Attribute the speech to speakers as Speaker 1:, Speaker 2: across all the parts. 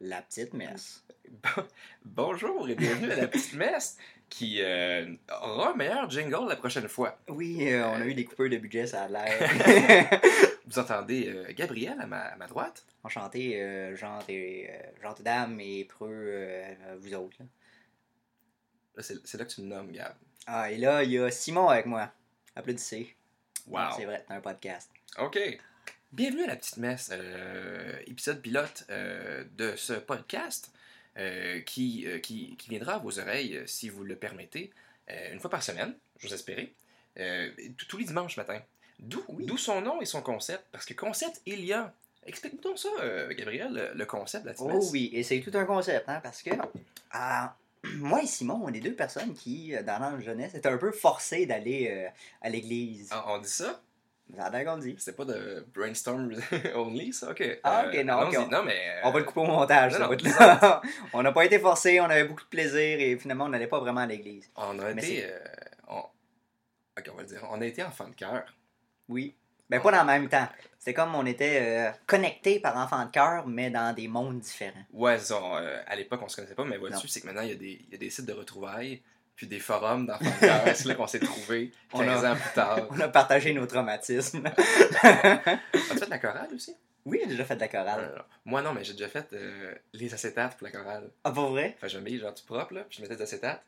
Speaker 1: La petite messe.
Speaker 2: Bon- Bonjour et bienvenue à la petite messe qui euh, aura un meilleur jingle la prochaine fois.
Speaker 1: Oui, euh, on a eu des coupeurs de budget, ça a l'air.
Speaker 2: Vous entendez euh, Gabriel à ma, à ma droite.
Speaker 1: Enchanté, euh, Jean et euh, Jean et Dame et Preux, euh, vous autres. là.
Speaker 2: Là, C'est c'est là que tu me nommes, Gab.
Speaker 1: Ah, et là, il y a Simon avec moi. Applaudissez.
Speaker 2: Wow.
Speaker 1: C'est vrai, c'est un podcast.
Speaker 2: OK. Bienvenue à la petite messe, euh, épisode pilote euh, de ce podcast euh, qui, euh, qui, qui viendra à vos oreilles, euh, si vous le permettez, euh, une fois par semaine, j'ose espérer, euh, t- tous les dimanches matin. D'où d'où son nom et son concept, parce que concept, il y a. Explique-nous ça, euh, Gabriel, le- le concept de la petite
Speaker 1: Oh
Speaker 2: messe.
Speaker 1: oui, et c'est tout un concept, hein, parce que ah, moi et Simon, on est deux personnes qui, euh, dans l'âge jeunesse, étaient un peu forcés d'aller euh, à l'église.
Speaker 2: Ah, on dit ça?
Speaker 1: Vous entendez qu'on dit?
Speaker 2: C'était pas de brainstorm only, ça? OK.
Speaker 1: Ah, ok, non,
Speaker 2: allons-y.
Speaker 1: ok, on-
Speaker 2: Non, mais...
Speaker 1: On va le couper au montage,
Speaker 2: Euh,
Speaker 1: ça
Speaker 2: non, non,
Speaker 1: va être là. on n'a pas été forcés, on avait beaucoup de plaisir et finalement, on n'allait pas vraiment à l'église.
Speaker 2: On a
Speaker 1: Mais
Speaker 2: été... euh, on- OK, on va le dire. On a été enfant de cœur.
Speaker 1: Oui. Mais pas dans le même temps. C'était comme on était euh, connectés par enfant de cœur, mais dans des mondes différents.
Speaker 2: Ouais, c'est ça, on, euh, à l'époque, on se connaissait pas, mais
Speaker 1: Non.
Speaker 2: vois-tu, c'est que maintenant, il y, a des- il y a des sites de retrouvailles, puis des forums d'enfants de cœur. c'est là qu'on s'est trouvés
Speaker 1: On a-
Speaker 2: 15 ans plus tard.
Speaker 1: On a partagé nos traumatismes.
Speaker 2: As-tu fait de la chorale aussi?
Speaker 1: oui, j'ai déjà fait de la
Speaker 2: Ah, Non,
Speaker 1: chorale.
Speaker 2: non, non. Moi, non, mais j'ai déjà fait euh, les acétates pour la chorale.
Speaker 1: Ah, pour vrai?
Speaker 2: Enfin, je m'habillais genre tout propre, là, puis je mettais des acétates.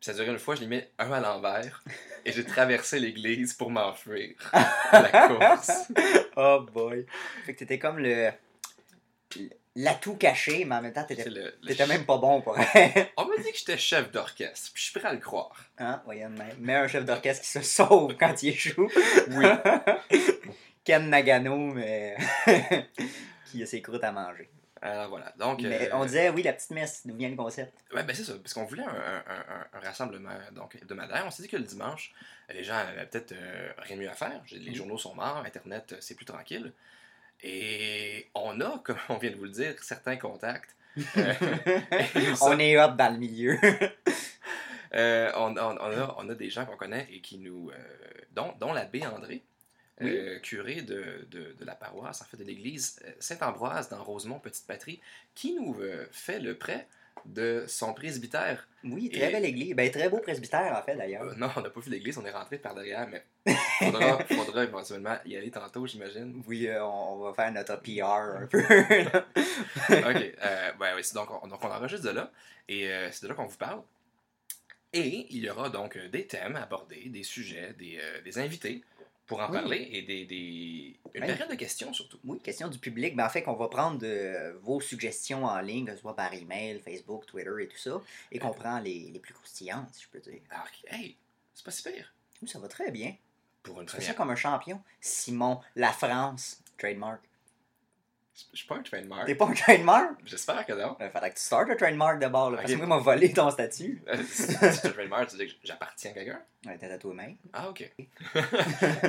Speaker 2: Puis ça durait une fois, je les mets un à l'envers, et j'ai traversé l'église pour m'enfuir à la course.
Speaker 1: Oh boy. Fait que t'étais comme le. L'atout caché, mais en même temps,
Speaker 2: C'est
Speaker 1: t'étais,
Speaker 2: le- le
Speaker 1: t'étais
Speaker 2: ch-
Speaker 1: même pas bon, quoi.
Speaker 2: On m'a dit que j'étais chef d'orchestre, puis je suis prêt à le croire.
Speaker 1: Hein, voyons de même. Mais un chef d'orchestre qui se sauve quand il échoue.
Speaker 2: Oui.
Speaker 1: Ken Nagano, mais. qui a ses croûtes à manger.
Speaker 2: Alors voilà, donc...
Speaker 1: Mais
Speaker 2: euh,
Speaker 1: on disait, oui, la petite messe, d'où vient le concept?
Speaker 2: Ouais, ben c'est ça, parce qu'on voulait un, un- un- un rassemblement donc, hebdomadaire. On s'est dit que le dimanche, les gens avaient peut-être euh, rien de mieux à faire. J'ai- Les
Speaker 1: Mhm.
Speaker 2: journaux sont morts, Internet, euh, c'est plus tranquille. Et on a, comme on vient de vous le dire, certains contacts. Euh, et ça,
Speaker 1: on est hot dans le milieu.
Speaker 2: euh, on, on- on a, on a des gens qu'on connaît et qui nous. euh, dont, dont l'abbé André,
Speaker 1: Oui.
Speaker 2: euh, curé de, de- de la paroisse, en fait, de l'église euh, Saint-Ambroise dans Rosemont, Petite Patrie, qui nous euh, fait le prêt de son presbytère
Speaker 1: Oui, très
Speaker 2: Et-
Speaker 1: belle église. Ben, très beau presbytère, en fait, d'ailleurs.
Speaker 2: Euh, non, on n'a pas vu l'église, on est rentré par derrière, mais faudra, faudra éventuellement y aller tantôt, j'imagine.
Speaker 1: Oui, euh, on on va faire notre PR un peu.
Speaker 2: Ok, euh, ouais, ouais, c'est donc, on, donc on enregistre de là, et euh, c'est de là qu'on vous parle. Et il y aura donc euh, des thèmes abordés, des sujets, des, euh, des invités pour en
Speaker 1: Oui.
Speaker 2: parler, et des, des- une
Speaker 1: Ben,
Speaker 2: période de questions surtout.
Speaker 1: oui, question du public. Ben, en fait, qu'on va prendre de euh, vos suggestions en ligne, que ce soit par email, Facebook, Twitter et tout ça, et qu'on prend les, les plus croustillantes, si je peux dire.
Speaker 2: Alors, hey, c'est pas si pire
Speaker 1: Ouh, ça va très bien.
Speaker 2: pour une
Speaker 1: C'est ça
Speaker 2: première.
Speaker 1: comme un champion. Simon, la France, trademark.
Speaker 2: Je suis pas un trademark.
Speaker 1: T'es pas un trademark?
Speaker 2: J'espère que non.
Speaker 1: Ben, faudrait que tu startes un trademark d'abord, là, parce
Speaker 2: Ok.
Speaker 1: que moi, ils m'ont volé ton statut.
Speaker 2: Euh, si tu dis que je suis un trademark, tu dis que j'appartiens à quelqu'un.
Speaker 1: Ouais, t'es à toi-même.
Speaker 2: Ah, ok.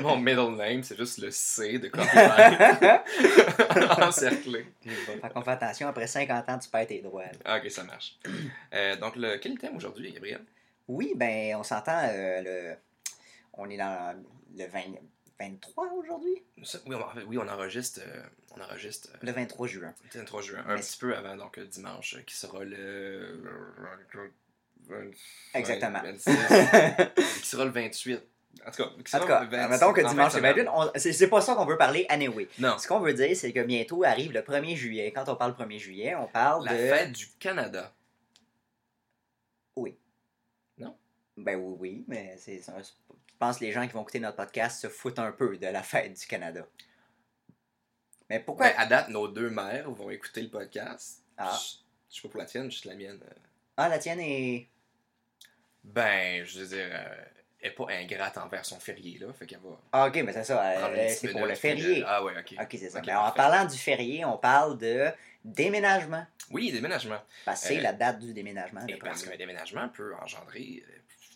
Speaker 2: Mon middle name, c'est juste le C de copyright. Encerclé.
Speaker 1: Fait qu'on fait attention, après 50 ans, tu perds tes droits. là.
Speaker 2: Ah, ok, ça marche. Euh, donc, le, quel est le thème aujourd'hui, Gabriel
Speaker 1: Oui, ben, on s'entend, euh, le... on est dans le 20 23 aujourd'hui?
Speaker 2: Nous sommes- oui, on, en fait, oui, on enregistre, euh, on enregistre euh,
Speaker 1: Le 23 juin.
Speaker 2: le 23 juin, un
Speaker 1: Mais-
Speaker 2: petit peu avant, donc euh, dimanche, euh, qui sera le.
Speaker 1: Exactement.
Speaker 2: 26, qui sera le 28. En tout cas, qui
Speaker 1: En
Speaker 2: sera
Speaker 1: tout cas,
Speaker 2: le 26,
Speaker 1: mettons que
Speaker 2: en fin de
Speaker 1: dimanche c'est
Speaker 2: semaine.
Speaker 1: 28, on- c'est c'est pas ça qu'on veut parler anyway.
Speaker 2: Non,
Speaker 1: Ce qu'on veut dire, c'est que bientôt arrive le 1er juillet. Quand on parle 1er juillet, on parle
Speaker 2: la
Speaker 1: de...
Speaker 2: fête du Canada.
Speaker 1: Ben oui, oui, mais c'est... c'est un- Je pense que les gens qui vont écouter notre podcast se foutent un peu de la fête du Canada. Mais pourquoi...
Speaker 2: Ben, à date, nos deux mères vont écouter le podcast.
Speaker 1: Ah.
Speaker 2: Je- Je sais pas pour la tienne, juste la mienne. euh,
Speaker 1: Ah, la tienne est...
Speaker 2: Ben, je veux dire, euh, elle est pas ingrate envers son férié, là. Fait qu'elle va
Speaker 1: Ah, ok, mais c'est ça, euh,
Speaker 2: prendre une petite
Speaker 1: c'est pour le
Speaker 2: minute, puis,
Speaker 1: férié.
Speaker 2: euh, Ah, ouais, ok.
Speaker 1: Ok, c'est ça.
Speaker 2: Ok,
Speaker 1: Ben, en
Speaker 2: parfait.
Speaker 1: parlant du férié, on parle de déménagement.
Speaker 2: Oui, déménagement.
Speaker 1: Parce que c'est
Speaker 2: Euh,
Speaker 1: la date du déménagement.
Speaker 2: Et
Speaker 1: le
Speaker 2: parce
Speaker 1: premier.
Speaker 2: qu'un déménagement peut engendrer euh,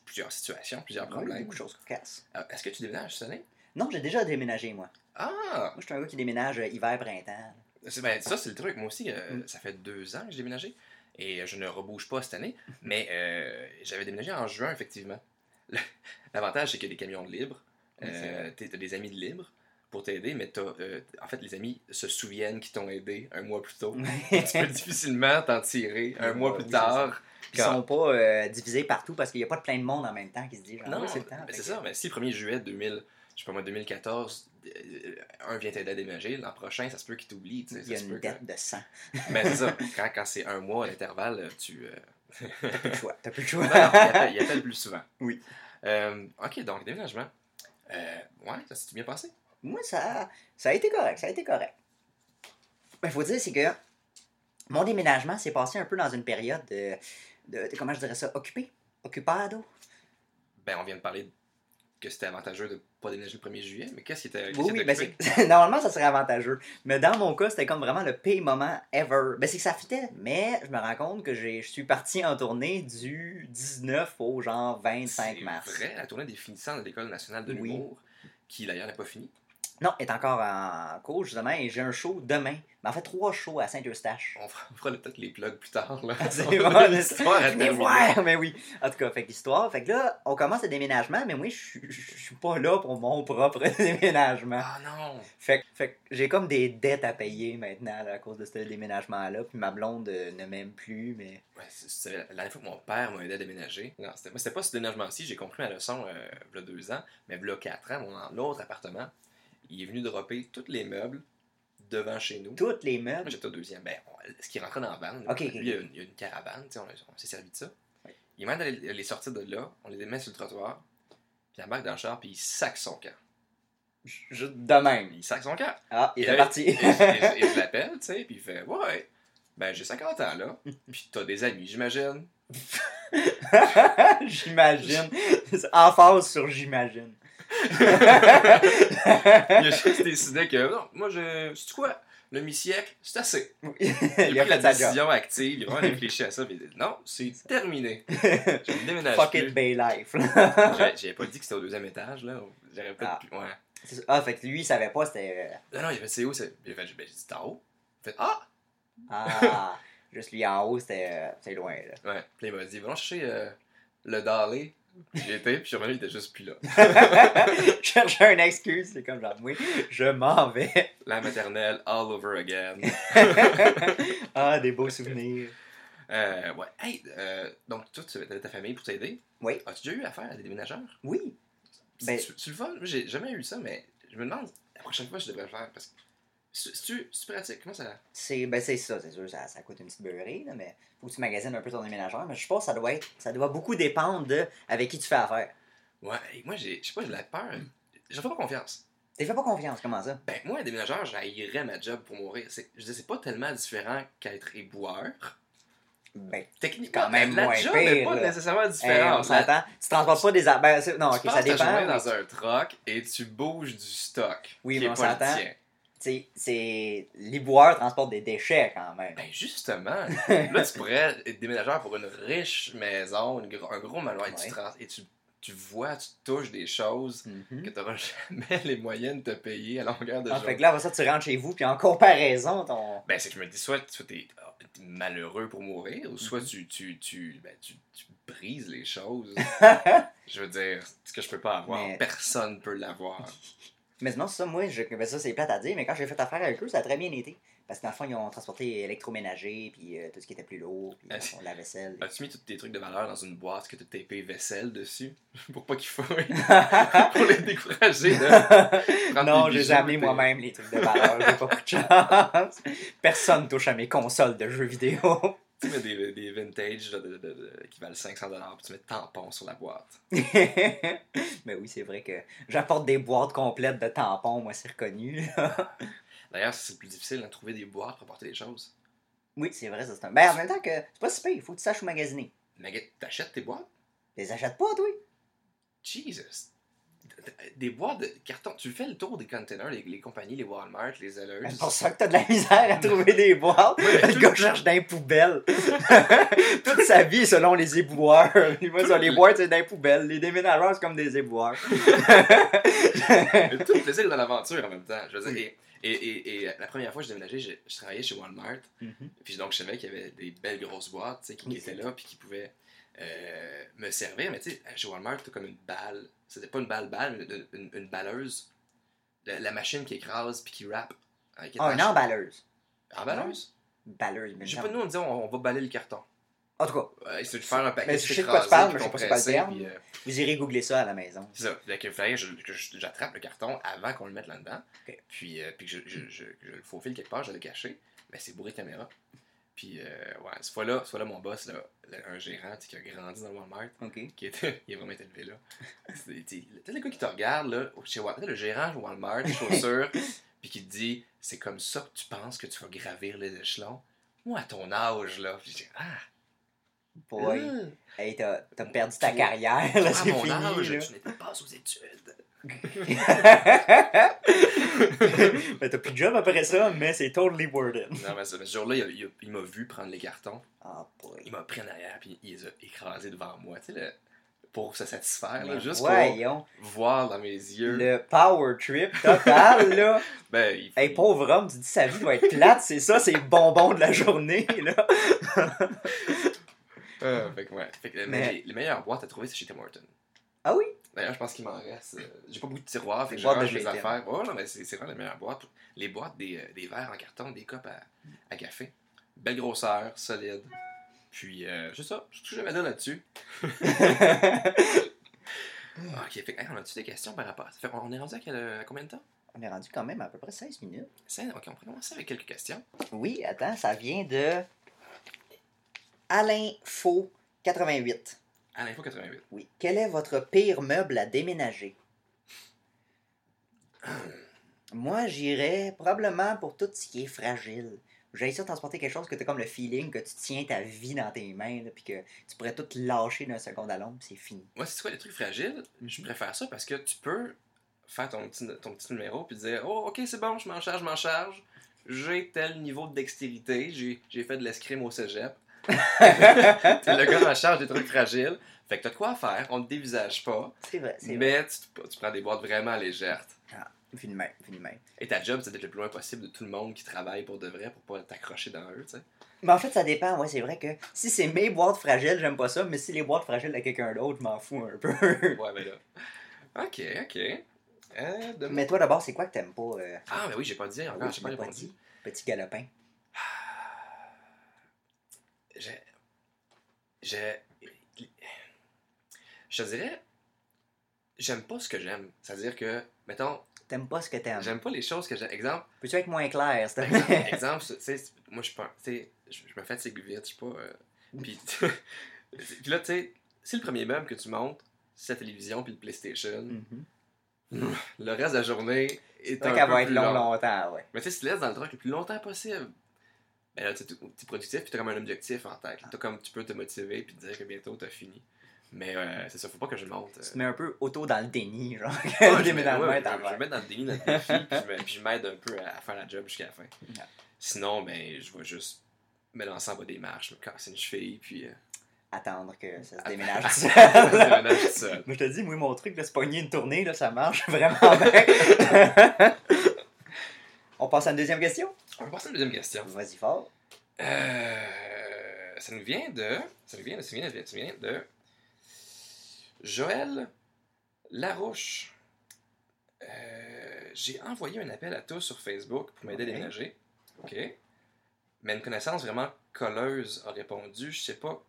Speaker 2: plusieurs situations, plusieurs
Speaker 1: Ah Oui,
Speaker 2: problèmes.
Speaker 1: beaucoup de choses cocasses.
Speaker 2: Ah, Est-ce que tu déménages cette année?
Speaker 1: Non, j'ai déjà déménagé, moi.
Speaker 2: Ah!
Speaker 1: Moi, je suis un gars qui déménage euh, hiver, printemps.
Speaker 2: C'est- ben, ça, c'est le truc. Moi aussi, euh,
Speaker 1: Mm.
Speaker 2: ça fait deux ans que j'ai déménagé. Et je ne rebouge pas cette année. Mais euh, j'avais déménagé en juin, effectivement. L'avantage, c'est qu'il y a des camions de libre.
Speaker 1: Oui, c'est
Speaker 2: Euh, t'es- t'as des amis de libre pour t'aider, mais t'as, euh, en fait, les amis se souviennent qu'ils t'ont aidé un mois plus tôt. tu peux difficilement t'en tirer un
Speaker 1: Oui,
Speaker 2: mois
Speaker 1: oui,
Speaker 2: plus
Speaker 1: c'est
Speaker 2: tard.
Speaker 1: Ils
Speaker 2: quand-
Speaker 1: sont pas euh, divisés partout parce qu'il n'y a pas de plein de monde en même temps qui se dit genre,
Speaker 2: Non,
Speaker 1: Ah ouais, c'est le temps.
Speaker 2: mais
Speaker 1: Fait
Speaker 2: c'est
Speaker 1: que-
Speaker 2: ça. Mais si le 1er juillet 2000, je sais pas moi, 2014, euh, un vient t'aider à déménager, l'an prochain, ça se peut qu'il t'oublie. tu sais,
Speaker 1: Il y a
Speaker 2: ça se peut
Speaker 1: une
Speaker 2: que-
Speaker 1: dette de sang.
Speaker 2: Mais c'est ça. Quand, quand c'est un mois à l'intervalle, tu. euh,
Speaker 1: T'as plus le choix. T'as plus le
Speaker 2: non,
Speaker 1: choix.
Speaker 2: non, il appelle- il appelle plus souvent.
Speaker 1: Oui.
Speaker 2: Euh, ok, donc déménagement. Euh, ouais, ça s'est bien passé.
Speaker 1: Moi, ça, ça a été correct, ça a été correct. Il faut dire, c'est que mon déménagement s'est passé un peu dans une période de, de- de- comment je dirais ça, occupé, occupado.
Speaker 2: Ben, on vient de parler que c'était avantageux de pas déménager le 1er juillet, mais qu'est-ce qui était. qu'est-ce
Speaker 1: Oui,
Speaker 2: qui
Speaker 1: oui,
Speaker 2: était
Speaker 1: ben
Speaker 2: occupé?
Speaker 1: c'est- normalement, ça serait avantageux. Mais dans mon cas, c'était comme vraiment le pay moment ever. Ben, c'est que ça fitait, mais je me rends compte que j'ai- je suis parti en tournée du 19 au genre 25 mars.
Speaker 2: C'est vrai, la tournée des finissants de l'École nationale de
Speaker 1: Oui.
Speaker 2: l'humour, qui d'ailleurs n'est pas finie.
Speaker 1: Non, est encore en cours, justement, et j'ai un show demain. Mais en fait, trois shows à Saint-Eustache.
Speaker 2: On fera on fera peut-être les plugs plus tard. Là.
Speaker 1: C'est
Speaker 2: On
Speaker 1: bon,
Speaker 2: a
Speaker 1: le-
Speaker 2: l'histoire à
Speaker 1: Mais
Speaker 2: terminer.
Speaker 1: ouais, mais oui. En tout cas, fait que l'histoire. Fait que là, on commence le déménagement, mais moi, je suis- je suis pas là pour mon propre déménagement.
Speaker 2: Ah non!
Speaker 1: Fait que, fait que j'ai comme des dettes à payer maintenant là, à cause de ce déménagement-là. Puis ma blonde euh, ne m'aime plus, mais.
Speaker 2: Ouais, c'est- c'est la dernière fois que mon père m'a aidé à déménager. Non, c'était moi, c'était pas ce déménagement-ci, j'ai compris ma leçon euh, il deux ans, mais il quatre ans, mon l'autre appartement, il est venu dropper tous les meubles devant chez nous.
Speaker 1: Toutes les meubles.
Speaker 2: Moi, j'étais au deuxième. Ben, on- ce qui rentrait dans la vanne,
Speaker 1: Ok,
Speaker 2: lui,
Speaker 1: ok.
Speaker 2: il y a une- il y a une caravane, tu sais, on, a- on s'est servi de ça.
Speaker 1: Ouais.
Speaker 2: Il m'a d'aller les sortir de là, on les met sur le trottoir, puis il embarque dans le char, puis il sac son camp.
Speaker 1: Juste de même.
Speaker 2: Il sac son camp.
Speaker 1: Ah, il
Speaker 2: Et là,
Speaker 1: est parti.
Speaker 2: Et, et- et je l'appelle, tu sais, puis il fait Ouais, ben j'ai 50 ans là, puis t'as des amis, j'imagine.
Speaker 1: j'imagine. Emphase sur j'imagine.
Speaker 2: Il a juste décidé que non, moi je. C'est quoi Le mi-siècle, c'est assez.
Speaker 1: Oui.
Speaker 2: Il a pris la décision active, il a vraiment réfléchi à ça, puis il a dit Non, c'est terminé. Je ne déménage
Speaker 1: Fuck
Speaker 2: plus.
Speaker 1: it, Bay Life.
Speaker 2: J'avais- J'avais pas dit que c'était au deuxième étage, là. J'aurais
Speaker 1: Ah.
Speaker 2: pas pu- Ouais.
Speaker 1: C'est ça. ah, fait que lui, il savait pas, c'était. euh,
Speaker 2: Non, non, il avait c'est où c'est- Il avait ben, j'ai dit c'est en haut. Il fait Ah
Speaker 1: Ah, juste lui en haut, c'était euh, c'est loin, là.
Speaker 2: Ouais. Puis il m'a dit Allons chercher euh, le Darley. Puis J'y étais, puis je suis revenu, il était juste plus là.
Speaker 1: Je cherchais une excuse, c'est comme genre, oui, je m'en vais.
Speaker 2: La maternelle, all over again.
Speaker 1: ah, des beaux souvenirs.
Speaker 2: Euh, ouais. Hey, euh, donc, toi, tu avais ta famille pour t'aider.
Speaker 1: Oui.
Speaker 2: As-tu déjà eu affaire à des déménageurs
Speaker 1: Oui, Ben-
Speaker 2: tu, tu le vois, moi, j'ai jamais eu ça, mais je me demande la prochaine fois, je devrais le faire. Parce que. Si si tu, si tu pratiques, comment ça.
Speaker 1: c'est ben c'est ça, c'est sûr, ça, ça coûte une petite beurrée, là, mais faut que tu magasines un peu ton déménageur, mais je pense que ça doit être, ça doit beaucoup dépendre de avec qui tu fais affaire.
Speaker 2: Ouais, hey, moi, j'ai- je sais pas, j'ai de la peur. J'en fais pas confiance.
Speaker 1: T'es fait pas confiance, comment ça?
Speaker 2: Ben, moi, un déménageur, j'haïrais ma job pour mourir. C'est- Je dis, c'est pas tellement différent qu'être éboueur.
Speaker 1: Ben,
Speaker 2: Techniquement,
Speaker 1: Quand même
Speaker 2: la
Speaker 1: moins
Speaker 2: job
Speaker 1: pire,
Speaker 2: n'est pas
Speaker 1: là.
Speaker 2: nécessairement
Speaker 1: hey, on
Speaker 2: différente. La-
Speaker 1: s'entend. Tu transportes pas des... a- Ben, c'est- non,
Speaker 2: tu
Speaker 1: ok,
Speaker 2: passes
Speaker 1: ça
Speaker 2: ta
Speaker 1: dépend.
Speaker 2: journée
Speaker 1: mais-
Speaker 2: dans un truck et tu bouges du stock.
Speaker 1: Oui,
Speaker 2: qui
Speaker 1: mais
Speaker 2: est
Speaker 1: on
Speaker 2: pas le
Speaker 1: s'entend.
Speaker 2: tien.
Speaker 1: Tu sais, c'est... Les boueurs transportent des déchets, quand même.
Speaker 2: Ben, justement, là, tu pourrais être déménageur pour une riche maison, une gro- un gros manoir, et, tu,
Speaker 1: Ouais.
Speaker 2: trans- et tu, tu vois, tu touches des choses
Speaker 1: Mhm.
Speaker 2: que tu n'auras jamais les moyens de te payer à longueur de
Speaker 1: Ah,
Speaker 2: journée.
Speaker 1: fait que là, après ça, tu rentres chez vous, puis en comparaison, ton...
Speaker 2: Ben, c'est que je me dis, soit tu es malheureux pour mourir, ou soit
Speaker 1: Mm-hmm.
Speaker 2: tu, tu, tu, ben, tu, tu brises les choses. je veux dire, ce que je peux pas avoir,
Speaker 1: Mais-
Speaker 2: personne peut l'avoir.
Speaker 1: Mais sinon, ça, moi, je... ben, ça, c'est plate à dire, mais quand j'ai fait affaire avec eux, ça a très bien été. Parce que dans le fond, ils ont transporté électroménager, puis euh, tout ce qui était plus lourd, puis
Speaker 2: Ah,
Speaker 1: euh,
Speaker 2: c'est-
Speaker 1: la vaisselle.
Speaker 2: As-tu mis tous tes trucs de valeur dans une boîte que tu tapé vaisselle dessus pour pas qu'ils fouillent, pour
Speaker 1: non,
Speaker 2: les décourager de prendre tes
Speaker 1: j'ai
Speaker 2: bijoux,
Speaker 1: jamais
Speaker 2: tes-
Speaker 1: moi-même les trucs de valeur, j'ai pas beaucoup de chance. Personne touche à mes consoles de jeux vidéo.
Speaker 2: Tu mets des, des vintage de- de- de- de- qui valent 500$, puis tu mets tampon sur la boîte.
Speaker 1: mais Ben oui, c'est vrai que j'apporte des boîtes complètes de tampons, moi, c'est reconnu.
Speaker 2: D'ailleurs, c'est le plus difficile de trouver des boîtes pour porter des choses.
Speaker 1: oui, c'est vrai, ça, c'est un. Ben, en même temps que c'est pas si pire, faut que tu saches où magasiner.
Speaker 2: Mais t'achètes tes boîtes?
Speaker 1: Les achètes pas, toi.
Speaker 2: Jesus! Des boîtes de carton. Tu fais le tour des containers, les, les compagnies, les Walmart, les
Speaker 1: Ben,
Speaker 2: Zellers.
Speaker 1: C'est pour ça que t'as de la misère à trouver des boîtes. Le gars cherche dans les poubelles. Toute sa vie est selon les éboueurs. Il va sur les boîtes, c'est dans les poubelles. Les déménageurs, c'est comme des éboueurs.
Speaker 2: Tout le plaisir de l'aventure en même temps. Je veux dire, et, et, et- et la première fois que j'ai déménagé, je, je travaillais chez Walmart.
Speaker 1: Mhm.
Speaker 2: Puis donc, je savais qu'il y avait des belles grosses boîtes tu sais, qui, qui étaient là, puis qui pouvaient. euh, me servir. Mais tu sais, chez Walmart, t'as comme une balle. C'était pas une balle-balle, une, une- une balleuse. La, la machine qui écrase puis qui rappe. Ah,
Speaker 1: Ah, une emballeuse.
Speaker 2: balleuse?
Speaker 1: Balleuse, mais
Speaker 2: Je sais
Speaker 1: non.
Speaker 2: pas, nous on disait on, on va baller le carton.
Speaker 1: En tout cas,
Speaker 2: Ouais, c'est de faire un paquet
Speaker 1: Mais je sais de quoi tu parles, mais je sais pas c'est quoi le terme.
Speaker 2: puis, euh,
Speaker 1: vous irez googler ça à la maison.
Speaker 2: C'est ça. Fait que fallait que je- que je- j'attrape le carton avant qu'on le mette là-dedans.
Speaker 1: Ok.
Speaker 2: Puis, euh, puis que je, je- je- que je le faufile quelque part, je le caché. Mais c'est bourré de caméra. Puis, euh, ouais, ce fois-là, ce fois-là, mon boss, là, le- un gérant tu sais, qui a grandi dans Walmart,
Speaker 1: OK.
Speaker 2: qui était, il est vraiment élevé là. C'est- tu sais, T'as le gars qui te regarde, là, chez Walmart, le gérant de Walmart, chaussures, puis qui te dit c'est comme ça que tu penses que tu vas gravir les échelons. Moi, à ton âge, là, puis je dis ah,
Speaker 1: Boy.
Speaker 2: hum.
Speaker 1: Hey, t'as t'as perdu ta
Speaker 2: Tu-
Speaker 1: carrière, là,
Speaker 2: à
Speaker 1: c'est
Speaker 2: mon
Speaker 1: fini.
Speaker 2: âge,
Speaker 1: là.
Speaker 2: tu n'étais pas aux études.
Speaker 1: mais Ben, t'as plus de job après ça, mais c'est totally worth it.
Speaker 2: Non, mais ce ce jour-là, il, a- il a- il m'a vu prendre les cartons,
Speaker 1: Ah, boy.
Speaker 2: il m'a pris en arrière, puis il les a écrasés devant moi, tu sais, le- pour se satisfaire, Ben, là,
Speaker 1: Mais
Speaker 2: juste
Speaker 1: voyons,
Speaker 2: pour voir dans mes yeux.
Speaker 1: le power trip total, là.
Speaker 2: Ben, il,
Speaker 1: Hey, pauvre homme, tu dis sa vie doit être plate, c'est ça, c'est le bonbon de la journée, là.
Speaker 2: Ah, fait que, ouais. Fait que, mais
Speaker 1: Mais-
Speaker 2: les, les meilleures boîtes à trouver, c'est chez Tim Hortons.
Speaker 1: Ah oui?
Speaker 2: D'ailleurs, je pense qu'il m'en reste. euh, J'ai pas beaucoup de tiroirs,
Speaker 1: Les
Speaker 2: fait que je
Speaker 1: boîtes de
Speaker 2: range mes
Speaker 1: GTM.
Speaker 2: affaires. Oh non, mais c'est c'est vraiment les meilleures boîtes. Les boîtes des, euh, des verres en carton, des copes à, à café. Belle grosseur, solide. Puis, euh, c'est ça, c'est tout ce que j'avais à dire là-dessus. Ah, Ok, fait que, hey, on a-tu des questions par rapport à ça? Fait qu'on- on est rendu à, quel- euh, à combien de temps?
Speaker 1: On est rendu quand même à peu près 16 minutes.
Speaker 2: Cinq? Ok, on peut commencer avec quelques questions.
Speaker 1: Oui, attends, ça vient de Alain Faux 88.
Speaker 2: À l'info 88.
Speaker 1: Oui. Quel est votre pire meuble à déménager? Moi, j'irais probablement pour tout ce qui est fragile. J'ai ça transporter quelque chose que t'as comme le feeling que tu tiens ta vie dans tes mains, là, puis que tu pourrais tout lâcher d'un second à l'autre, puis c'est fini.
Speaker 2: Moi, c'est quoi les trucs fragiles? Je préfère ça parce que tu peux faire ton petit, ton petit numéro puis dire Oh, ok, c'est bon, je m'en charge, je m'en charge. J'ai tel niveau de dextérité, j'ai j'ai fait de l'escrime au cégep. T'es le gars en charge des trucs fragiles. Fait que t'as de quoi faire, on te dévisage pas,
Speaker 1: C'est vrai, c'est vrai.
Speaker 2: mais tu, tu prends des boîtes vraiment légères.
Speaker 1: Fini de même, fini de même.
Speaker 2: Et ta job, c'est d'être le plus loin possible de tout le monde qui travaille pour de vrai pour pas t'accrocher dans eux, tu sais.
Speaker 1: Mais en fait, ça dépend. Ouais, c'est vrai que si c'est mes boîtes fragiles, j'aime pas ça, mais si les boîtes fragiles à quelqu'un d'autre, je m'en fous un peu.
Speaker 2: Ouais, mais là. Ok, ok. Euh, de-
Speaker 1: mais toi, d'abord, c'est quoi que t'aimes pas euh,
Speaker 2: Ah, mais oui, j'ai pas dit encore,
Speaker 1: Oui,
Speaker 2: j'ai
Speaker 1: tu
Speaker 2: pas
Speaker 1: m'as pas
Speaker 2: répondu.
Speaker 1: dit. Petit galopin.
Speaker 2: je, je, je dirais, j'aime pas ce que j'aime. C'est-à-dire que, mettons,
Speaker 1: T'aimes pas ce que t'aimes.
Speaker 2: j'aime pas les choses que j'aime. Exemple,
Speaker 1: Peux-tu être moins clair, s'il te
Speaker 2: exemple,
Speaker 1: plaît?
Speaker 2: exemple, tu sais, moi je pense, tu sais, je je me fatigue vite, je suis pas. euh, puis, puis là, tu sais, si le premier meuble que tu montes, c'est la télévision puis le PlayStation,
Speaker 1: Mhm.
Speaker 2: le reste de la journée est
Speaker 1: C'est vrai
Speaker 2: un
Speaker 1: qu'elle
Speaker 2: peu
Speaker 1: va être
Speaker 2: plus
Speaker 1: long,
Speaker 2: long. Euh.
Speaker 1: longtemps, ouais.
Speaker 2: Mais tu sais, si tu laisses dans le truc le plus longtemps possible, ben là, tu es productif, puis tu comme un objectif en tête. T'as comme, tu peux te motiver, puis te dire que bientôt, t'as fini. Mais euh, c'est ça, faut pas que je le monte.
Speaker 1: Tu
Speaker 2: euh.
Speaker 1: te mets un peu auto dans le déni, genre.
Speaker 2: Ouais,
Speaker 1: le
Speaker 2: je mets-
Speaker 1: déménagement
Speaker 2: ouais,
Speaker 1: est en
Speaker 2: je- je
Speaker 1: vrai.
Speaker 2: mets dans le déni notre défi, puis je me- puis je m'aide un peu à, à faire la job jusqu'à la fin.
Speaker 1: Ouais.
Speaker 2: Sinon, ben, je vais juste me lancer en bas des marches, me casser une cheville, puis. euh,
Speaker 1: Attendre que ça se
Speaker 2: à-
Speaker 1: déménage
Speaker 2: à-
Speaker 1: tout seul.
Speaker 2: à- se déménage tout seul.
Speaker 1: Mais je te dis, moi, mon truc de se pogner une tournée, là, ça marche vraiment bien. On passe à une deuxième question?
Speaker 2: On va passer à la deuxième question.
Speaker 1: Vas-y fort.
Speaker 2: Euh, ça nous vient de. Ça nous vient de. Ça nous vient de. ça nous vient de- Joël Larouche. Euh, J'ai envoyé un appel à tous sur Facebook pour m'aider
Speaker 1: Ok.
Speaker 2: à déménager. OK. Mais une connaissance vraiment colleuse a répondu Je sais pas.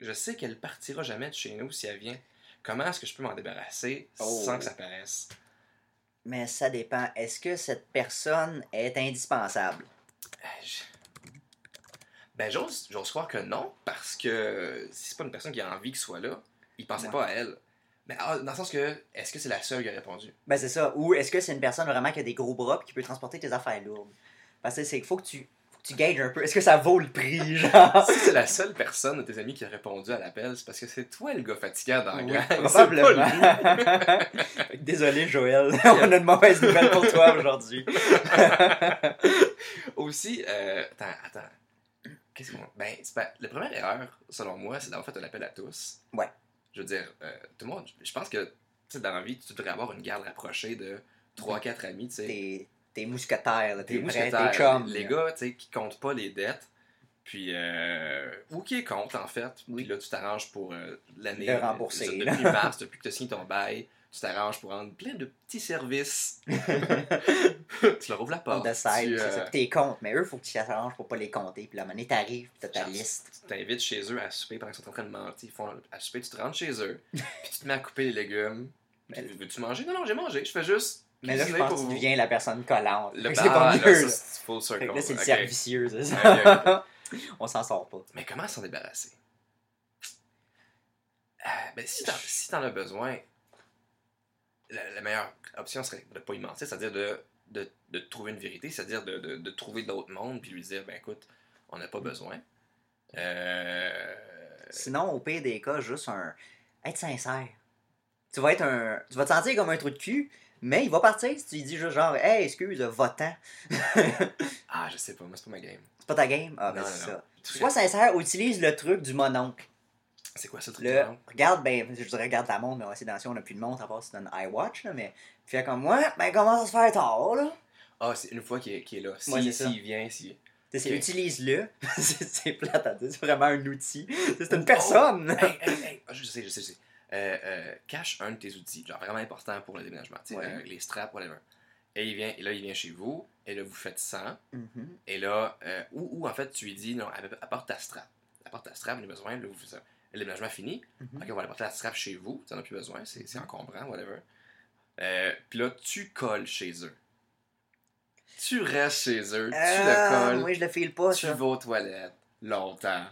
Speaker 2: Je sais qu'elle partira jamais de chez nous si elle vient. Comment est-ce que je peux m'en débarrasser
Speaker 1: Oh.
Speaker 2: sans que ça paraisse
Speaker 1: Mais ça dépend. Est-ce que cette personne est indispensable?
Speaker 2: Euh, je- Ben, j'ose j'ose croire que non, parce que si c'est pas une personne qui a envie qu'il soit là, il pensait
Speaker 1: Ouais.
Speaker 2: pas à elle. Mais ah, dans le sens que, est-ce que c'est la seule qui a répondu
Speaker 1: Ben c'est ça. Ou est-ce que c'est une personne vraiment qui a des gros bras pis qui peut transporter tes affaires lourdes? Parce que c'est qu'il faut que tu faut que tu gages un peu. Est-ce que ça vaut le prix, genre?
Speaker 2: Ah, Si c'est la seule personne de tes amis qui a répondu à l'appel, c'est parce que c'est toi le Ah, gars fatiguant dans la
Speaker 1: Oui,
Speaker 2: gang, c'est pas lui.
Speaker 1: probablement. Désolé, Joël. On a une mauvaise nouvelle pour toi aujourd'hui.
Speaker 2: Aussi, euh, attends, attends. Qu'est-ce qu'on. Ben, c'est pas... la première erreur, selon moi, c'est d'avoir fait un appel à tous.
Speaker 1: Ouais.
Speaker 2: Je veux dire, euh, tout le monde, je pense que, tu sais, dans la vie, tu devrais avoir une garde rapprochée de 3-4 amis, tu sais.
Speaker 1: T'es t'es mousquetaire, là,
Speaker 2: T'es
Speaker 1: t'es prêt,
Speaker 2: mousquetaires,
Speaker 1: t'es chum.
Speaker 2: Les
Speaker 1: là.
Speaker 2: gars, tu sais, qui comptent pas les dettes, Puis, euh, ou qui est compte, en fait.
Speaker 1: Oui.
Speaker 2: Puis là, tu t'arranges pour euh, l'année.
Speaker 1: Le rembourser,
Speaker 2: c'est-
Speaker 1: là.
Speaker 2: Depuis mars, depuis que tu as signé ton bail, tu t'arranges pour rendre plein de petits services. tu leur ouvres la
Speaker 1: On
Speaker 2: porte.
Speaker 1: the side,
Speaker 2: tu,
Speaker 1: c'est
Speaker 2: euh,
Speaker 1: ça. Puis t'es comptes, mais eux, faut qu'ils s'arrangent pour pas les compter. Puis la monnaie t'arrive, puis t'as ta
Speaker 2: Chance.
Speaker 1: liste.
Speaker 2: tu t'invites chez eux à souper pendant qu'ils sont en train de mentir. Ils font à souper, tu te rentres chez eux, puis tu te mets à couper les légumes.
Speaker 1: Mais-
Speaker 2: Puis, Veux-tu manger? Non, non, j'ai mangé. Je fais juste.
Speaker 1: Mais là, je
Speaker 2: cuisiner
Speaker 1: pense
Speaker 2: pour
Speaker 1: que tu
Speaker 2: vous.
Speaker 1: deviens la personne collante.
Speaker 2: Le
Speaker 1: Fait que
Speaker 2: bar,
Speaker 1: c'est pas
Speaker 2: là,
Speaker 1: mieux.
Speaker 2: ça,
Speaker 1: là.
Speaker 2: c'est full
Speaker 1: Fait
Speaker 2: circle.
Speaker 1: que là, c'est le
Speaker 2: Ok.
Speaker 1: servicieux, c'est
Speaker 2: Ok, Euh.
Speaker 1: ça. On s'en sort pas.
Speaker 2: Mais comment s'en débarrasser? Ah, ben, si t'en si t'en as besoin, la, la meilleure option serait de pas y mentir, c'est-à-dire de, de, de trouver une vérité, c'est-à-dire de, de, de trouver d'autres mondes puis lui dire, ben écoute, on n'a pas besoin. Euh,
Speaker 1: Sinon, au pire des cas, juste un. Être sincère. Tu vas être un. Tu vas te sentir comme un trou de cul, mais il va partir si tu lui dis juste genre, hey, excuse, va-t'en.
Speaker 2: ah, je sais pas, moi, c'est pas ma game.
Speaker 1: C'est pas ta game. Ah, ben
Speaker 2: Non,
Speaker 1: c'est
Speaker 2: non,
Speaker 1: ça. Sois sincère, utilise le truc du mononcle.
Speaker 2: C'est quoi ce
Speaker 1: Le,
Speaker 2: truc-là?
Speaker 1: regarde, ben, je dirais regarde ta montre, mais on va essayer d'en si on n'a plus de montre, à part si c'est un iWatch, là, mais. Fais comme moi, ben, commence à se faire tard, là.
Speaker 2: Ah, c'est une fois qu'il est, qu'il est là. Si,
Speaker 1: Ouais, c'est ça.
Speaker 2: s'il vient, si.
Speaker 1: Tu sais,
Speaker 2: Ok.
Speaker 1: utilise-le. c'est c'est plate à dire, c'est vraiment un outil. C'est
Speaker 2: Oh.
Speaker 1: une personne.
Speaker 2: hey, hey, hey. Ah, Je sais, je sais, je sais. Euh, euh, cache un de tes outils, genre vraiment important pour le déménagement, tu sais,
Speaker 1: Ouais.
Speaker 2: euh, les straps, whatever. Et, il vient, et là, il vient chez vous, et là, vous faites 100,
Speaker 1: Mhm.
Speaker 2: et là, euh, ou, ou en fait, tu lui dis, non, app- apporte ta strap. Apporte ta strap, on a besoin, là, vous faites ça. Le déménagement fini,
Speaker 1: Mhm.
Speaker 2: ok, on va apporter la strap chez vous, t'en as plus besoin, c'est c'est encombrant, whatever. Euh, Puis là, tu colles chez eux. Tu restes chez eux, tu le
Speaker 1: Ah,
Speaker 2: colles
Speaker 1: Moi, je le file pas,
Speaker 2: tu
Speaker 1: ça.
Speaker 2: vas aux toilettes longtemps.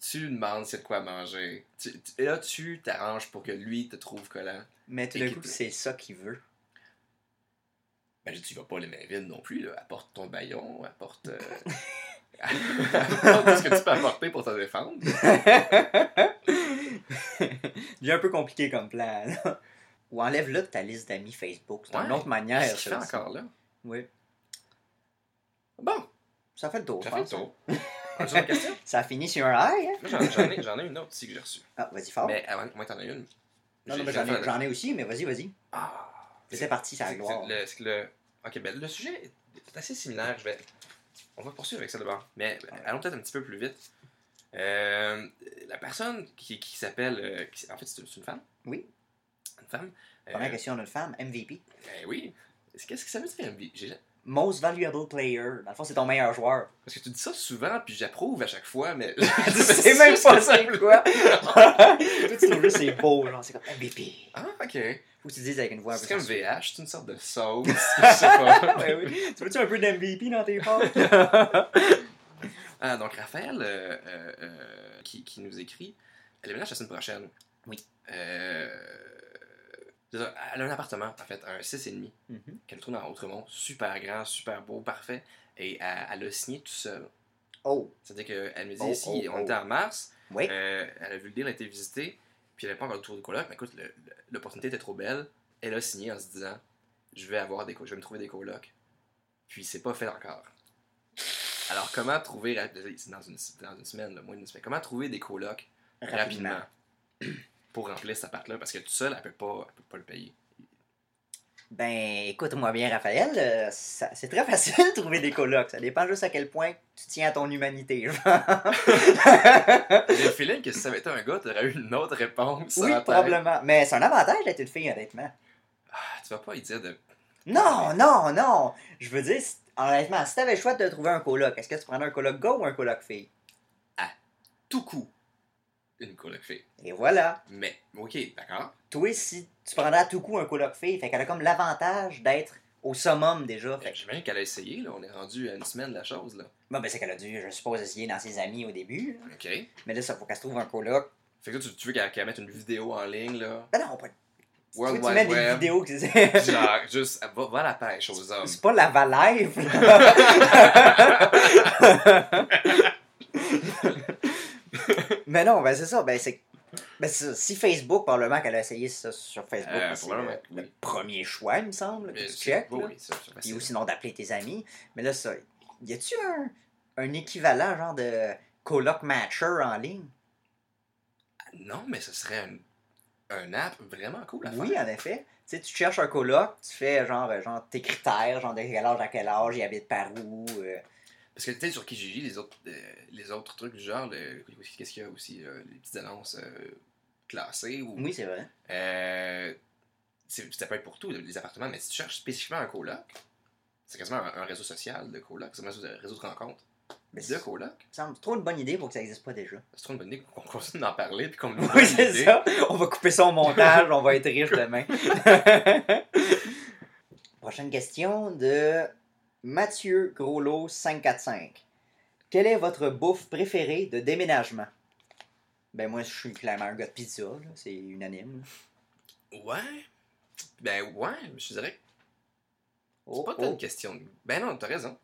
Speaker 2: Tu demandes c'est de quoi manger. Tu- tu- et là, tu t'arranges pour que lui te trouve collant.
Speaker 1: Mais tout d'un coup,
Speaker 2: Équipe.
Speaker 1: c'est ça qu'il veut.
Speaker 2: Ben, je dis, tu vas pas les mains vides non plus. Là. Apporte ton baillon, apporte. euh, apporte tout ce que tu peux apporter pour te défendre.
Speaker 1: J'ai un peu compliqué comme plan, là. Ou enlève-le de ta liste d'amis Facebook. C'est une
Speaker 2: Ouais.
Speaker 1: autre manière,
Speaker 2: Qu'est-ce qu'il
Speaker 1: ça,
Speaker 2: fait
Speaker 1: aussi.
Speaker 2: encore là?
Speaker 1: Oui.
Speaker 2: Bon,
Speaker 1: Ça fait le tour, je
Speaker 2: j'ai fait le
Speaker 1: pense.
Speaker 2: tour. As-tu d'autres questions?
Speaker 1: Ça finit sur un high, hein?
Speaker 2: Moi, J'en j'en ai, j'en ai une autre aussi que j'ai reçue.
Speaker 1: Ah, vas-y, fort.
Speaker 2: Mais avant que moi, t'en aies une.
Speaker 1: non,
Speaker 2: J'ai-
Speaker 1: non, mais
Speaker 2: j'ai
Speaker 1: j'en
Speaker 2: fait
Speaker 1: ai,
Speaker 2: la-
Speaker 1: j'en ai aussi, mais vas-y, vas-y.
Speaker 2: Ah!
Speaker 1: C'est parti, c'est la
Speaker 2: C'est-
Speaker 1: gloire.
Speaker 2: c'est le- c'est que le- Ok, ben, le sujet est assez similaire. Je vais... On va poursuivre avec ça d'abord. Mais ben, allons peut-être un petit peu plus vite. Euh, la personne qui, qui s'appelle. euh, qui- en fait, c'est c'est une femme.
Speaker 1: Oui.
Speaker 2: Une femme. Euh,
Speaker 1: Première question d'une femme, MVP.
Speaker 2: ben oui. C'est- Qu'est-ce que ça veut dire, MV? J'ai-
Speaker 1: Most Valuable Player. Dans le fond, c'est ton meilleur joueur.
Speaker 2: Parce que tu dis ça souvent, puis j'approuve à chaque fois, mais.
Speaker 1: C'est même pas ça,
Speaker 2: simple.
Speaker 1: quoi. Toi, tu trouves juste c'est beau, genre, c'est comme MVP.
Speaker 2: Ah, ok.
Speaker 1: Faut que tu le dises avec une voix un peu
Speaker 2: C'est comme
Speaker 1: sensuelle. Ah,
Speaker 2: VH, c'est une sorte de sauce. je sais pas.
Speaker 1: Ouais, oui. Tu veux-tu un peu d'MVP dans tes portes?
Speaker 2: Ah, donc Raphaël, euh, euh, euh, qui, qui nous écrit, elle déménage la semaine prochaine.
Speaker 1: Oui.
Speaker 2: Euh, c'est ça, elle a un appartement, en fait, un 6,5,
Speaker 1: Mhm.
Speaker 2: qu'elle trouve dans Outremont, super grand, super beau, parfait, et elle, elle l'a signé tout seul.
Speaker 1: Oh,
Speaker 2: C'est-à-dire qu'elle me dit,
Speaker 1: Oh,
Speaker 2: si
Speaker 1: oh,
Speaker 2: on
Speaker 1: oh.
Speaker 2: était en mars,
Speaker 1: oui.
Speaker 2: euh, elle a vu le deal, elle a été visitée, puis elle n'avait pas encore le tour du coloc, mais écoute, le- le- l'opportunité était trop belle, elle a signé en se disant, je vais avoir des co- je vais me trouver des colocs. Puis c'est pas fait encore. Alors comment trouver, rap- c'est dans une, c'est dans une semaine, le moins d'une semaine, comment trouver des colocs rapidement, pour remplir cet appart-là, parce que tout seul, elle peut pas, elle peut pas le payer.
Speaker 1: Ben, écoute-moi bien, Raphaël, euh, ça- c'est très facile de trouver des colocs. Ça dépend juste à quel point tu tiens à ton humanité.
Speaker 2: J'ai le feeling que si ça avait été un gars, t'aurais eu une autre réponse.
Speaker 1: oui,
Speaker 2: en tête.
Speaker 1: probablement. Mais c'est un avantage d'être une fille, honnêtement.
Speaker 2: Ah, tu vas pas y dire de...
Speaker 1: Non, non, non. Je veux dire, si- honnêtement, si t'avais le choix de trouver un coloc, est-ce que tu prendrais un coloc gars ou un coloc fille?
Speaker 2: tout coup une coloc fille.
Speaker 1: Et voilà.
Speaker 2: Mais, ok, d'accord.
Speaker 1: Toi, si tu prendrais à tout coup un coloc fille, fait qu'elle a comme l'avantage d'être au summum déjà. Fait que-
Speaker 2: J'imagine qu'elle a essayé, là. On est rendu à une semaine de la chose, là.
Speaker 1: Bon, ben, c'est qu'elle a dû, je suppose, essayer dans ses amis au début. là.
Speaker 2: Ok. Fait
Speaker 1: Mais là, ça faut qu'elle se trouve un coloc.
Speaker 2: que là, tu, tu veux qu'elle qu'elle mette une vidéo en ligne, là.
Speaker 1: Ben non, pas.
Speaker 2: World
Speaker 1: tu
Speaker 2: Wide
Speaker 1: mets des
Speaker 2: Web.
Speaker 1: vidéos que c'est.
Speaker 2: Genre, juste, va, va à la pêche aux hommes.
Speaker 1: C'est pas la Valive. là. Mais non, ben c'est ça. Ben c'est. Ben c'est ça. si Facebook, probablement qu'elle a essayé ça sur Facebook,
Speaker 2: Euh,
Speaker 1: ben, c'est
Speaker 2: probablement,
Speaker 1: le, le
Speaker 2: oui.
Speaker 1: premier choix, il me semble, que
Speaker 2: Mais
Speaker 1: tu
Speaker 2: c'est-
Speaker 1: check.
Speaker 2: oui,
Speaker 1: là.
Speaker 2: oui, ça, ça,
Speaker 1: Puis,
Speaker 2: c'est-
Speaker 1: ou sinon d'appeler tes amis. Mais là, ça. Y a-tu un, un équivalent, genre de colloque matcher en ligne?
Speaker 2: Non, mais ce serait un, un app vraiment cool à faire.
Speaker 1: Oui, hein. en effet. Tu sais, tu cherches un coloc, tu fais genre, euh, genre tes critères, genre de quel âge à quel âge, il habite par où. euh,
Speaker 2: Parce que tu sais, sur Kijiji, les autres, euh, les autres trucs du genre, le- qu'est-ce qu'il y a aussi, euh, les petites annonces euh, classées ou.
Speaker 1: Oui, c'est vrai.
Speaker 2: Euh, c'est- ça peut être pour tout, les appartements, mais si tu cherches spécifiquement un coloc, c'est quasiment un, un réseau social de coloc, c'est un réseau de, réseau de rencontres
Speaker 1: Mais
Speaker 2: de
Speaker 1: Ben, c'est
Speaker 2: coloc.
Speaker 1: ça me semble trop une bonne idée pour que ça n'existe pas déjà.
Speaker 2: C'est trop une bonne idée qu'on continue d'en parler puis qu'on nous donne
Speaker 1: Oui,
Speaker 2: une
Speaker 1: c'est
Speaker 2: idée.
Speaker 1: ça. On va couper ça au montage, on va être riche demain. Prochaine question de Mathieu Groslot 545. Quelle est votre bouffe préférée de déménagement? Ben moi, je suis clairement un gars de pizza, là. c'est unanime.
Speaker 2: Ouais. Ben ouais, je dirais que
Speaker 1: Oh,
Speaker 2: c'est pas tant
Speaker 1: oh,
Speaker 2: une question. de- Ben non, t'as raison.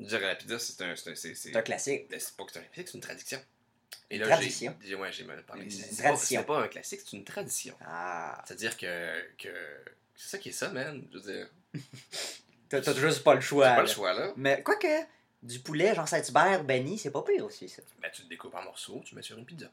Speaker 2: Je dirais la pizza, c'est un. C'est un- c'est- c'est-
Speaker 1: c'est un classique.
Speaker 2: Ben, c'est pas que c'est un classique, c'est une tradition. Et
Speaker 1: Une
Speaker 2: là,
Speaker 1: tradition.
Speaker 2: j'ai- j'ai- Ouais, j'ai mal parlé.
Speaker 1: Une
Speaker 2: C'est- C'est pas,
Speaker 1: tradition.
Speaker 2: c'est pas un classique, c'est une tradition.
Speaker 1: Ah,
Speaker 2: C'est-à-dire que. que c'est ça qui est ça, man. Je veux dire,
Speaker 1: t'as t'as juste pas le choix.
Speaker 2: c'est pas
Speaker 1: là.
Speaker 2: le choix, là.
Speaker 1: Mais quoique, du poulet, Jean Saint-Hubert, Benny, c'est pas pire aussi, ça.
Speaker 2: Ben, tu le découpes en morceaux, tu mets sur une pizza.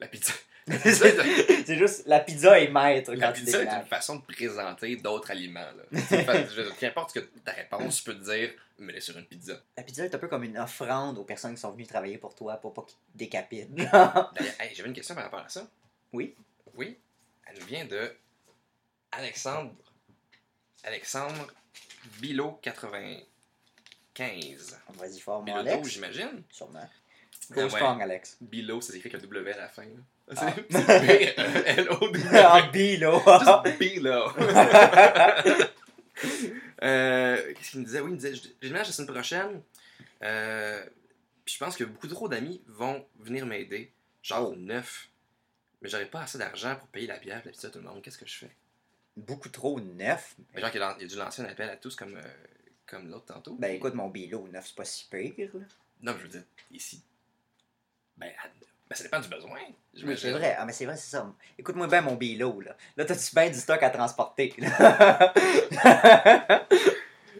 Speaker 2: la pizza.
Speaker 1: c'est juste, la pizza est maître quand
Speaker 2: La
Speaker 1: tu
Speaker 2: pizza est
Speaker 1: déménages.
Speaker 2: une façon de présenter d'autres aliments. Là. C'est une fa- je veux dire, Qu'importe ce que ta réponse, tu peux te dire, mets-le sur une pizza.
Speaker 1: La pizza est un peu comme une offrande aux personnes qui sont venues travailler pour toi pour pas qu'ils te décapitent.
Speaker 2: D'ailleurs, hey, j'avais une question par rapport à ça.
Speaker 1: Oui.
Speaker 2: Oui. Elle nous vient de Alexandre. Alexandre Bilo 95.
Speaker 1: Vas-y fort, mon
Speaker 2: Bilo 12,
Speaker 1: Alex.
Speaker 2: j'imagine.
Speaker 1: Sûrement.
Speaker 2: Ah
Speaker 1: Go
Speaker 2: ouais.
Speaker 1: strong, Alex.
Speaker 2: Bilo, ça s'écrit avec un W à la fin. là.
Speaker 1: Ah.
Speaker 2: C'est E B-L-O-W.
Speaker 1: en B, là.
Speaker 2: Just be low. Euh, Qu'est-ce qu'il me disait? Oui, il me disait, je je déménage la semaine prochaine. Euh, puis je pense que beaucoup trop d'amis vont venir m'aider. Genre
Speaker 1: Oh.
Speaker 2: neuf. Mais j'aurais pas assez d'argent pour payer la bière, la pizza, tout le monde. Qu'est-ce que je fais?
Speaker 1: Beaucoup trop neuf.
Speaker 2: Mais genre qu'il a, il a dû lancer un appel à tous comme, euh, comme l'autre tantôt.
Speaker 1: Ben écoute, mon bilo neuf, c'est pas si pire. là.
Speaker 2: Non, mais je veux dire, ici. Ben, à- ben, ça dépend du besoin.
Speaker 1: Mais
Speaker 2: j'imagine.
Speaker 1: c'est vrai. Ah, mais c'est vrai, c'est ça. Écoute-moi bien mon bilo, là. Là, t'as-tu bien du stock à transporter, là?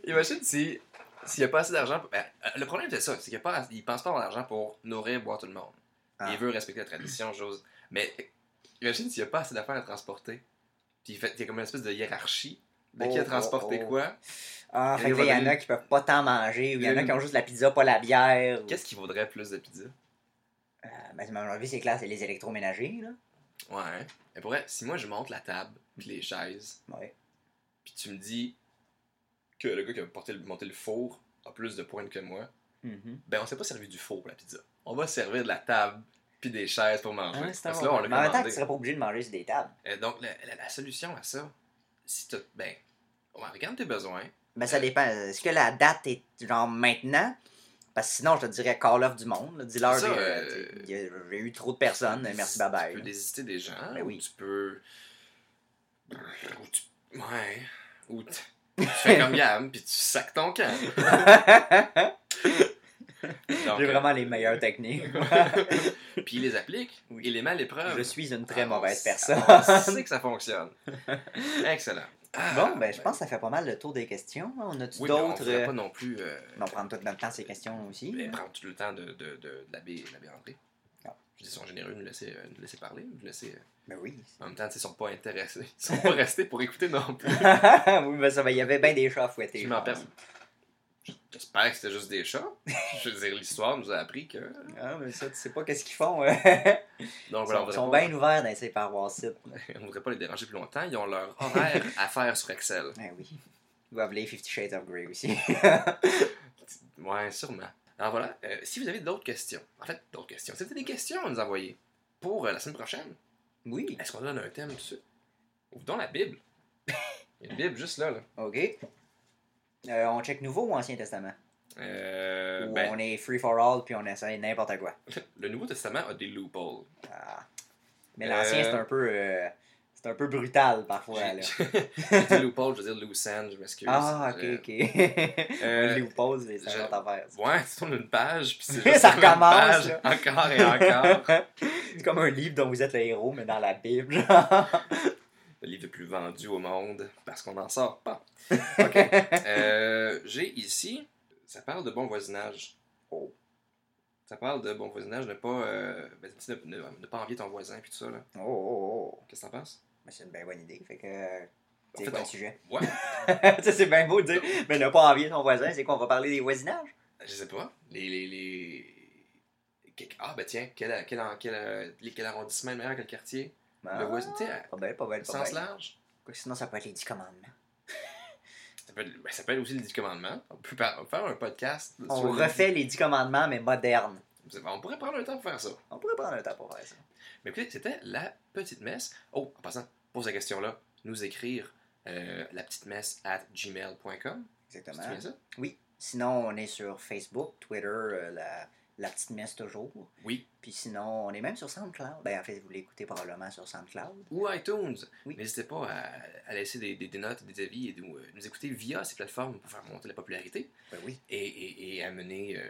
Speaker 2: Imagine si s'il n'y a pas assez d'argent. pour- ben, euh, le problème, c'est ça. C'est qu'il ne pense pas avoir l'argent pour nourrir, boire tout le monde.
Speaker 1: Ah.
Speaker 2: Il veut respecter la tradition, j'ose. Mais euh, imagine s'il n'y a pas assez d'affaires à transporter. Puis il fait- il y a comme une espèce de hiérarchie de qui
Speaker 1: Oh,
Speaker 2: a transporté
Speaker 1: oh, oh.
Speaker 2: quoi.
Speaker 1: Ah, fait que là, il y en a qui peuvent pas tant manger, ou il y en a qui ont juste la pizza, pas la bière. ou-
Speaker 2: Qu'est-ce qui vaudrait plus de pizza
Speaker 1: Euh, ben, à mon avis, c'est clair, c'est les électroménagers, là.
Speaker 2: Ouais. hein. Mais pour vrai, si moi je monte la table, puis les chaises,
Speaker 1: Ouais.
Speaker 2: puis tu me dis que le gars qui a porté le- monté le four a plus de points que moi,
Speaker 1: Mhm.
Speaker 2: ben on s'est pas servi du four pour la pizza. On va servir de la table, puis des chaises pour manger.
Speaker 1: Ah, c'est
Speaker 2: Parce que
Speaker 1: un
Speaker 2: là,
Speaker 1: bon
Speaker 2: on
Speaker 1: point.
Speaker 2: l'a
Speaker 1: Mais en même temps,
Speaker 2: commandé.
Speaker 1: tu serais pas obligé de manger sur des tables.
Speaker 2: Euh, donc, la, la- la solution à ça, si tu Ben, on regarde tes besoins.
Speaker 1: Mais ça dépend. Est-ce que la date est genre maintenant? Parce que sinon, je te dirais Call of du monde. là. Dis-leur,
Speaker 2: C'est ça,
Speaker 1: euh,
Speaker 2: euh,
Speaker 1: tu sais, y a- j'ai eu trop de personnes, merci, bye bye.
Speaker 2: Tu peux
Speaker 1: là.
Speaker 2: désister des gens.
Speaker 1: Ben
Speaker 2: ou
Speaker 1: oui.
Speaker 2: Tu peux. Ou tu- Ouais. Ou tu, tu fais comme Yam, puis tu sacs ton camp. Donc,
Speaker 1: J'ai
Speaker 2: euh,
Speaker 1: vraiment les meilleures techniques.
Speaker 2: puis il les applique,
Speaker 1: Oui.
Speaker 2: il les met à l'épreuve.
Speaker 1: je suis une très
Speaker 2: Ah,
Speaker 1: mauvaise
Speaker 2: on-
Speaker 1: personne.
Speaker 2: On sait que ça fonctionne. Excellent. Ah,
Speaker 1: Bon, ben, je pense que ça fait pas mal le tour des questions. hein. On a-tu
Speaker 2: oui, mais On
Speaker 1: d'autres.
Speaker 2: ne
Speaker 1: euh,
Speaker 2: pas non plus euh,
Speaker 1: mais On prend tout notre temps ces questions aussi.
Speaker 2: ben,
Speaker 1: là.
Speaker 2: prendre tout le temps de, de, de, de l'abbé l'abbé André.
Speaker 1: Ah.
Speaker 2: Je dis, ils sont généreux de nous laisser, euh, nous laisser parler, nous laisser. euh,
Speaker 1: Ben oui.
Speaker 2: En même temps, tu sais, ils sont pas intéressés. Ils sont pas restés pour écouter non plus.
Speaker 1: oui, ben ça, ben, il y avait bien des chats à fouetter.
Speaker 2: Je
Speaker 1: je
Speaker 2: m'en
Speaker 1: pense.
Speaker 2: perds. J'espère que c'était juste des chats. Je veux dire, l'histoire nous a appris que.
Speaker 1: Ah, mais ça, tu sais pas qu'est-ce qu'ils font. euh.
Speaker 2: Donc,
Speaker 1: Ils
Speaker 2: voilà,
Speaker 1: sont,
Speaker 2: Ah, ben, on hein.
Speaker 1: sont
Speaker 2: voudrait
Speaker 1: bien ouverts dans ces paroisses.
Speaker 2: pas- on voudrait pas les déranger plus longtemps. Ils ont leur horaire à faire sur Excel.
Speaker 1: Ah oui. Ils doivent lire Fifty Shades of Grey aussi.
Speaker 2: Ouais, sûrement. Alors voilà, euh, si vous avez d'autres questions, en fait, d'autres questions, c'était des questions à nous envoyer pour euh, la semaine prochaine.
Speaker 1: oui.
Speaker 2: Est-ce qu'on donne un thème tout de suite Ouvre donc la Bible. Il y a une Bible juste là. là.
Speaker 1: OK. Euh, on check Nouveau ou Ancien Testament?
Speaker 2: Euh,
Speaker 1: ou
Speaker 2: ben,
Speaker 1: on est free for all puis on essaye n'importe quoi.
Speaker 2: Le Nouveau Testament a des loopholes.
Speaker 1: Ah. Mais
Speaker 2: Euh.
Speaker 1: l'Ancien, c'est un peu... euh, c'est un peu brutal parfois, là.
Speaker 2: J'ai- J'ai dit loophole, je veux dire loose end, je m'excuse.
Speaker 1: Ah, ok,
Speaker 2: Euh,
Speaker 1: ok. on les
Speaker 2: euh,
Speaker 1: oppose, c'est
Speaker 2: je-
Speaker 1: une autre affaire. ça.
Speaker 2: ouais, tu tournes une page, puis c'est
Speaker 1: Ça
Speaker 2: juste la même
Speaker 1: recommence,
Speaker 2: page,
Speaker 1: là.
Speaker 2: Encore et encore.
Speaker 1: c'est comme un livre dont vous êtes le héros, mais dans la Bible, genre.
Speaker 2: le livre le plus vendu au monde, parce qu'on n'en sort pas. OK. Euh, J'ai ici, ça parle de bon voisinage.
Speaker 1: Oh.
Speaker 2: Ça parle de bon voisinage, ne pas, euh, ben, tu sais, ne, ne- ne pas envier ton voisin, puis tout ça, là.
Speaker 1: Oh, oh, oh.
Speaker 2: Qu'est-ce que t'en penses?
Speaker 1: Mais c'est une bien bonne idée. Fait que, euh, C'est
Speaker 2: fait,
Speaker 1: quoi
Speaker 2: on-
Speaker 1: le sujet?
Speaker 2: Ouais.
Speaker 1: Tu sais, c'est bien beau de dire, mais n'a pas envie de ton voisin, c'est qu'on va parler des voisinages?
Speaker 2: Je sais pas. Les. les, les... que- Ah, ben tiens, quel, quel, quel, euh, les- quel arrondissement est meilleur que le quartier
Speaker 1: Ah,
Speaker 2: Le voisin, tu sais, à-
Speaker 1: Pas belle, pas belle, pas
Speaker 2: sens
Speaker 1: belle.
Speaker 2: large.
Speaker 1: Quoique Sinon, ça peut être les 10 commandements.
Speaker 2: Ça peut, être- ben, ça peut être aussi le 10 commandements. On peut par- on peut faire un podcast.
Speaker 1: On
Speaker 2: sur les-
Speaker 1: refait les 10 commandements, mais modernes.
Speaker 2: On pourrait prendre le temps pour faire ça.
Speaker 1: On pourrait prendre un temps pour faire ça.
Speaker 2: Mais écoutez, c'était la petite messe. Oh, en passant, pose la question là, nous écrire euh, la petite messe at gmail.com. C'est
Speaker 1: Exactement.
Speaker 2: bien ça?
Speaker 1: Sinon, on est sur Facebook, Twitter, euh, la, la petite messe toujours.
Speaker 2: Oui.
Speaker 1: Puis sinon, on est même sur SoundCloud. Ben, en fait, vous l'écoutez probablement sur SoundCloud.
Speaker 2: Ou iTunes.
Speaker 1: Oui.
Speaker 2: N'hésitez pas à, à laisser des, des- des notes, des avis et nous, euh, nous écouter via ces plateformes pour faire monter la popularité
Speaker 1: Ben oui.
Speaker 2: et, et, et amener. euh,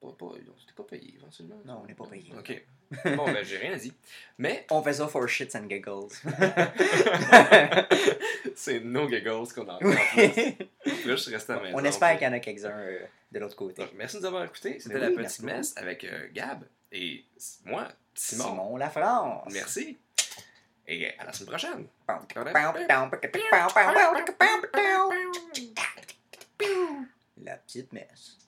Speaker 2: pas, pas, pas- on s'était pas payé éventuellement.
Speaker 1: Non, on n'est pas payé.
Speaker 2: Ok. Bon, ben, j'ai rien dit. Mais
Speaker 1: On fait ça for shits and giggles.
Speaker 2: c'est nos giggles qu'on en parle.
Speaker 1: Oui.
Speaker 2: Là, je suis resté à la
Speaker 1: on
Speaker 2: maison.
Speaker 1: espère qu'il y en a quelques-uns euh, de l'autre côté.
Speaker 2: Donc, merci de nous avoir écoutés. C'était
Speaker 1: Mais
Speaker 2: la
Speaker 1: oui,
Speaker 2: petite
Speaker 1: merci
Speaker 2: messe avec euh, Gab et s- moi, Simon.
Speaker 1: la France.
Speaker 2: Merci. Et à la semaine prochaine.
Speaker 1: La petite messe.